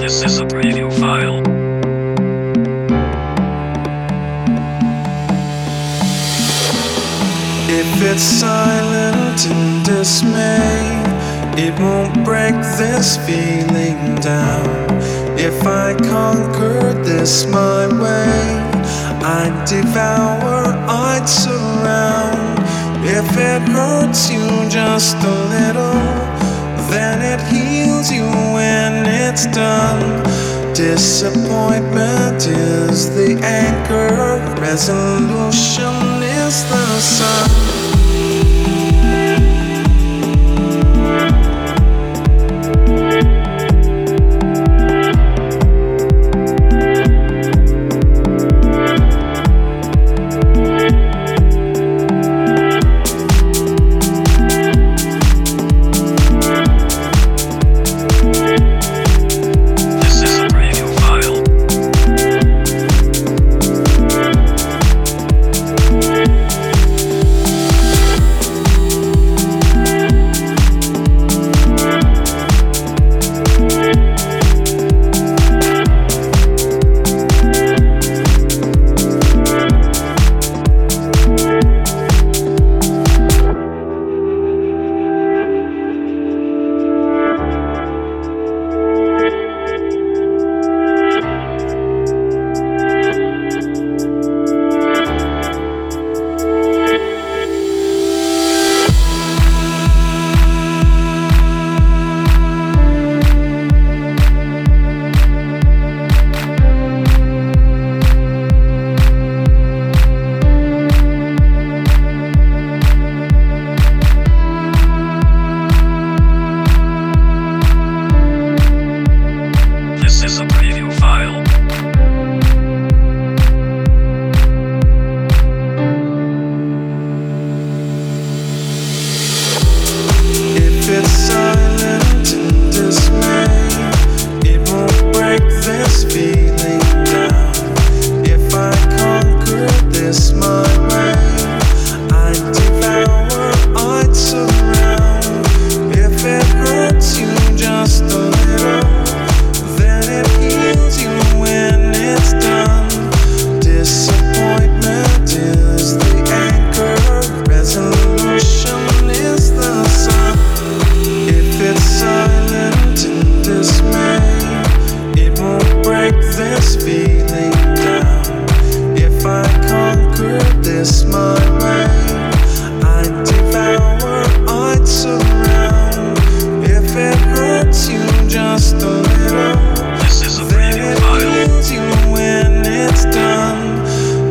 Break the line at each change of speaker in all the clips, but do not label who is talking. This is a preview file.
If it's silent in dismay, it won't break this feeling down. If I conquer this my way, I'd devour, I'd surround. If it hurts you just a little, then it heals you when it's done. Disappointment is the anchor, resolution is the sun.
This is a preview file. This is a preview file.
If it's silent in dismay, it won't break this feeling down. If I conquer this my way, I devour, I surround. If it hurts you just a little, then it heals you when it's done. Disappointment is the anchor, resolution is the sun. If it's silent in dismay, it won't break this feeling down. If I conquer this my way, I'd devour, I'd surround. If it hurts you just a little,
This is a
then
preview
it
file.
heals you when it's done.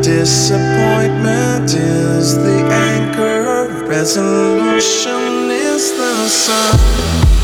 Disappointment is the anchor, resolution is the sun.